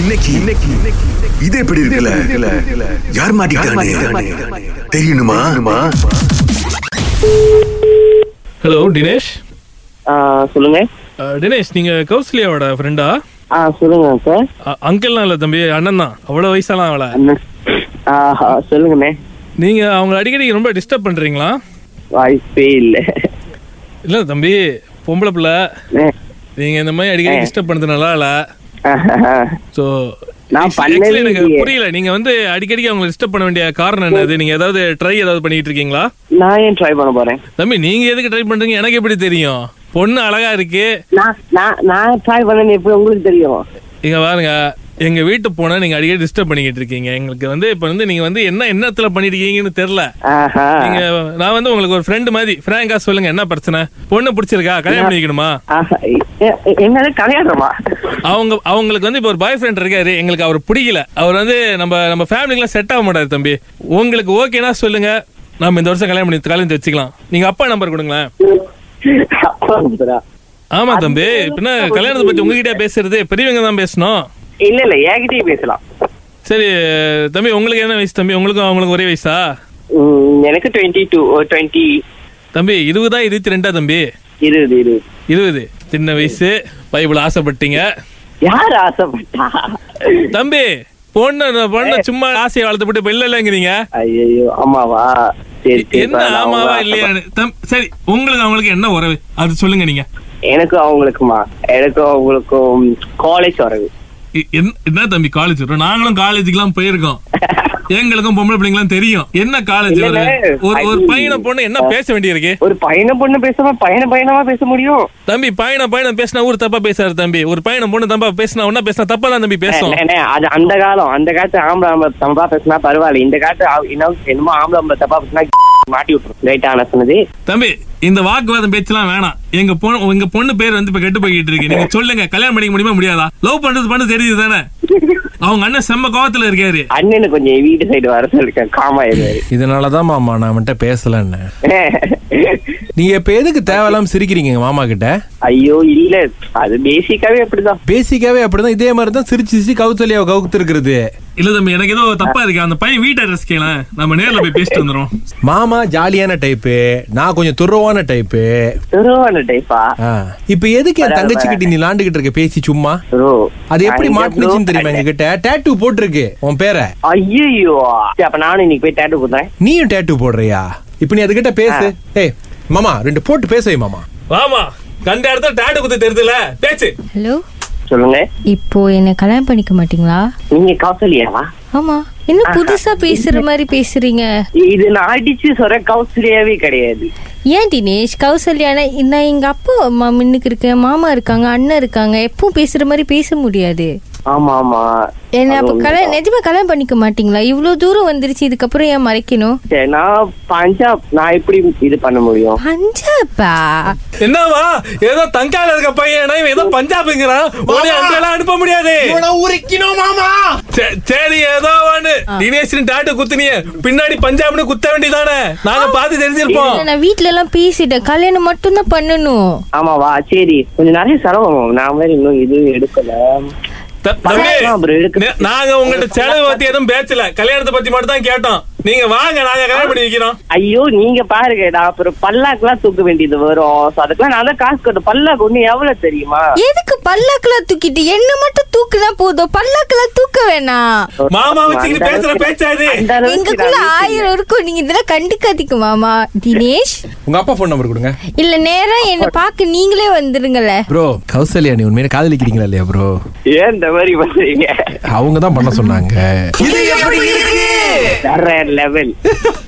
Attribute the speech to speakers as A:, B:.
A: இன்னைக்கு இன்னைக்கு இது எப்படி இருக்குல்ல யார் மாட்டிக்கிட்டானே தெரியணுமா
B: ஹலோ தினேஷ்
C: ஆ, சொல்லுங்க
B: அஹ், தினேஷ் Uh, நீங்க கௌசல்யாவோட ஃப்ரெண்டா
C: ஆ சொல்லுங்க சார்
B: அங்கிள்லாம் இல்ல தம்பி அண்ணன் தான் அவ்வளவு வயசாலாம் அவள
C: அண்ணன் ஆ, ஆ, சொல்லுங்கண்ணே
B: நீங்க அவங்க அடிக்கடி ரொம்ப டிஸ்டர்ப் பண்றீங்களா
C: வாய்ப்பே இல்லை
B: இல்ல தம்பி பொம்பளை பிள்ளை
C: அண்ணே,
B: நீங்க இந்த மாதிரி அடிக்கடி டிஸ்டர்ப் பண்றது நல்லா இல்ல
C: ஆஹாஹா.
B: ஸோ
C: நான் பண்ணவே
B: எனக்கு
C: இல்லையே.
B: புரியல நீங்க வந்து அடிக்கடி அவங்களை டிஸ்டர்ப் பண்ண வேண்டிய காரணம் என்னது நீங்க ஏதாவது ட்ரை ஏதாவது பண்ணிட்டு இருக்கீங்களா
C: நான் ஏன் ட்ரை பண்ண போறேன்
B: தம்பி நீங்க எதுக்கு ட்ரை பண்றீங்க எனக்கு எப்படி தெரியும் பொண்ணு அழகா இருக்கு
C: நான் நான் நான் ட்ரை பண்ணேன்னு எப்படி உங்களுக்கு தெரியும்
B: இங்க பாருங்க எங்க வீட்டு போனா நீங்க அடிக்கடி டிஸ்டர்ப் பண்ணிக்கிட்டு இருக்கீங்க எங்களுக்கு வந்து இப்ப வந்து நீங்க வந்து என்ன எண்ணத்துல பண்ணிட்டு இருக்கீங்கன்னு தெரியல
C: ஆஹா
B: நீங்க நான் வந்து உங்களுக்கு ஒரு ஃப்ரெண்டு மாதிரி ஃப்ராங்கா சொல்லுங்க என்ன பிரச்சனை பொண்ணு பிடிச்சிருக்கா கல்யாணம் பண்ணிக்கணுமா
C: ஆஹா. எ- எ- என்னது கல்யாணமா
B: அவங்க அவங்களுக்கு வந்து இப்போ ஒரு பாய் ஃப்ரெண்ட் இருக்காரு எங்களுக்கு அவர் பிடிக்கல அவர் வந்து நம்ம நம்ம ஃபேமிலிக்குலாம் செட் ஆக மாட்டாரு தம்பி உங்களுக்கு ஓகேனா சொல்லுங்க நம்ம இந்த வருஷம் கல்யாணம் பண்ணி கல்யாணம் வச்சுக்கலாம் நீங்க அப்பா நம்பர் கொடுங்களேன்
C: அப்பா நம்பரா?
B: ஆமா தம்பி பின்ன கல்யாணத்தை பத்தி உங்ககிட்ட பேசுறது பெரியவங்க தான் பேசணும்
C: இல்ல இல்ல என்கிட்டயே பேசலாம்
B: சரி தம்பி உங்களுக்கு என்ன வயசு தம்பி உங்களுக்கும் அவங்களுக்கு ஒரே வயசா
C: ம், எனக்கு டுவெண்ட்டி டூ டுவெண்ட்டி
B: தம்பி இருபதா இருபத்தி ரெண்டா தம்பி
C: இருபது இருபது
B: இருபது சின்ன வயசு பைபிள் ஆசைப்பட்டீங்க
C: யார் ஆசைப்பட்டா
B: தம்பி பொண்ணு பொண்ணு சும்மா ஆசையை வளர்த்துப்பட்டு இப்ப இல்ல இல்லைங்கிறீங்க
C: ஐயோ ஆமாவா சரி சரி
B: என்ன
C: நான்
B: ஆமாவா
C: ஆசைப்பட்டேன்.
B: இல்லையா சரி உங்களுக்கு அவங்களுக்கு என்ன உறவு அது சொல்லுங்க நீங்க
C: எனக்கும் அவங்களுக்குமா எனக்கும் அவங்களுக்கும் காலேஜ் வரவு
B: இ- என்ன- என்ன தம்பி காலேஜ் வரும் நாங்களும் காலேஜுக்குலாம் போயிருக்கோம் எங்களுக்கும் பொம்பளை பிள்ளைங்களாம் தெரியும் என்ன காலேஜ்
C: இல்ல,
B: வருது
C: இல்ல.
B: ஒரு ஒரு
C: ஐயோ.
B: பையனை பொண்ணு என்ன பேச வேண்டியிருக்கு
C: ஒரு பையனை பொண்ணு பேசாம பையனை பையனமா பேச முடியும்
B: தம்பி பையனை பையனை பேசினா ஊர் தப்பா பேசாரு தம்பி ஒரு பையனை பொண்ணு தப்பா பேசினா ஒன்னா பேசினா தப்பா தான் தம்பி பேசும்
C: அண்ணே, அண்ணே, அது அந்த காலம் அந்த காலத்து ஆம்பளை ஆம்பளை தப்பா பேசினா பரவாயில்ல இந்த காலத்து ஆ- என்ன- என்னமோ ஆம்பளை ஆம்பளை தப்பா பேசினா மாட்டி விட்டுரும் ரைட்டா நான் சொன்னது
B: தம்பி இந்த வாக்குவாதம் பேச்செல்லாம் வேணாம் எங்க பொண்ணு எங்க பொண்ணு பேர் வந்து இப்ப கெட்டு போய்கிட்டு இருக்கு நீங்க சொல்லுங்க கல்யாணம் பண்ணிக்க முடியுமா முடியாதா லவ் பண்றது பண்ணது தெரியுது தானே அவங்க அண்ணன் செம்ம கோவத்துல இருக்காரு
C: அண்ணனை கொஞ்சம் வீட்டு சைடு வர சொல்லிருக்கேன் காமா இருவாரு
D: இதனால தான் மாமா நான் அவன்கிட்ட பேசலன்னு நீங்க இப்ப எதுக்கு தேவையில்லாம சிரிக்கிறீங்க எங்க மாமா கிட்ட
C: ஐயோ இல்ல அது பேசிக்காவே அப்படிதான்
D: பேசிக்காவே அப்படிதான் இதே மாதிரி தான் சிரிச்சு சிரிச்சு கவுத்தலியாவை கவுத்து இருக்கிறது
B: இல்ல தம்பி எனக்கு ஏதோ தப்பா இருக்கு அந்த பையன் வீட்டு அட்ரஸ் கேளேன் நம்ம நேர்ல போய் பேசிட்டு வந்துடும்
D: மாமா ஜாலியான டைப்பு நான் கொஞ்சம் துருவான டைப்பு
C: துருவான டைப்பா
D: இப்ப எதுக்கு என் தங்கச்சிக்கிட்ட நீ லாண்டுகிட்டு இருக்க பேசி சும்மா
C: ப்ரோ
D: அது எப்படி மாட்டுனுச்சுன்னு தெரியுமா எங்க கிட்ட டேட்டு போட்டிருக்கு உன் பேரை
C: ஐயோ அப்ப நானும் இன்னைக்கு போய் டேட்டு கொடுத்தேன்
D: நீயும் டேட்டு போடுறியா இப்ப நீ அதுகிட்ட பேசு ஏய் மாமா ரெண்டு போட்டு பேசவே மாமா
B: வாமா கண்ட இடத்துல டேட்டு குத்து தெரியுதுல பேச்சு
E: ஹலோ
C: சொல்லுங்க
E: இப்போ என்ன கல்யாணம் பண்ணிக்க மாட்டீங்களா
C: நீங்க கௌசல்யாவா
E: ஆமா என்ன புதுசா பேசுற மாதிரி பேசுறீங்க
C: இது நான் அடிச்சு சொல்ற கௌசல்யாவே கிடையாது
E: ஏன் தினேஷ் கௌசல்யானா நான் எங்க அப்பா அம்மா முன்னுக்கு இருக்கேன் மாமா இருக்காங்க அண்ணன் இருக்காங்க எப்பவும் பேசுற மாதிரி பேச முடியாது
C: ஆமா ஆமா
E: என்ன
C: அது
E: அப்ப கல்யாணம்
C: உண்மைதான்.
E: நிஜமா கல்யாணம் பண்ணிக்க மாட்டீங்களா இவ்ளோ தூரம் வந்துருச்சு இதுக்கப்புறம் ஏன் மறைக்கணும்
C: சரி, நான் பஞ்சாப் நான் எப்படி இது பண்ண முடியும்
E: பஞ்சாபா
B: என்னவா ஏதோ தங்கால இருக்க பையன் இவன் ஏதோ பஞ்சாப்ங்கிறான் உடனே அந்த எல்லாம் அனுப்ப முடியாது
D: உரிக்கணும் மாமா
B: சே- சரி ஏதோ ஒண்ணு தினேஷின் டேட்டு குத்துனிய பின்னாடி பஞ்சாப்னு குத்த வேண்டியதானே நாங்க பார்த்து தெரிஞ்சிருப்போம்
E: இல்ல, நான் வீட்ல எல்லாம் பேசிட்டேன் கல்யாணம் மட்டும் தான் பண்ணணும்
C: ஆமாவா சரி கொஞ்சம் நிறைய செலவாகும் நான் வேற இன்னும் இது எடுக்கல
B: த- தம்பி,
C: பரவாயில்ல, bro, இருக்கு.
B: நே- நாங்க உங்கள்ட்ட செலவு பத்தி எதுவும் பேசல கல்யாணத்தை பத்தி மட்டும் தான் கேட்டோம் நீங்க வாங்க நாங்க கல்யாணம் பண்ணி வைக்கிறோம்
C: ஐயோ நீங்க பாருங்க நான் அப்புறம் பல்லாக்கெல்லாம் தூக்க வேண்டியது வரும் So, அதுக்கெல்லாம் நான் தான் காசு கட்டும் பல்லாக்கு ஒண்ணு எவ்வளவு தெரியுமா
E: எதுக்கு பல்லாக்கெல்லாம் தூக்கிட்டு என்ன மட்டும் தூக்குனா போதும் பல்லாக்கெல்லாம் தூக்க வேணாம்
B: மாமா வச்சுக்கிட்டு பேசுற பேச்சாது
C: அந்த அளவுக்கு
E: எங்களுக்குள்ள
C: நான்
E: ஆயிரம் இருக்கும் நீங்க இதெல்லாம் கண்டுக்காதீங்க மாமா தினேஷ்
D: உங்க அப்பா ஃபோன் நம்பர் கொடுங்க
E: இல்ல நேரா என்ன பார்க்க நீங்களே வந்துருங்களே
D: ப்ரோ கௌசல்யா நீ உண்மையில காதலிக்கிறீங்களா இல்லையா ப்ரோ
C: ஏன் இந்த மாதிரி பண்றீங்க
D: அவங்க தான் பண்ண சொன்னாங்க
C: வேற லெவல்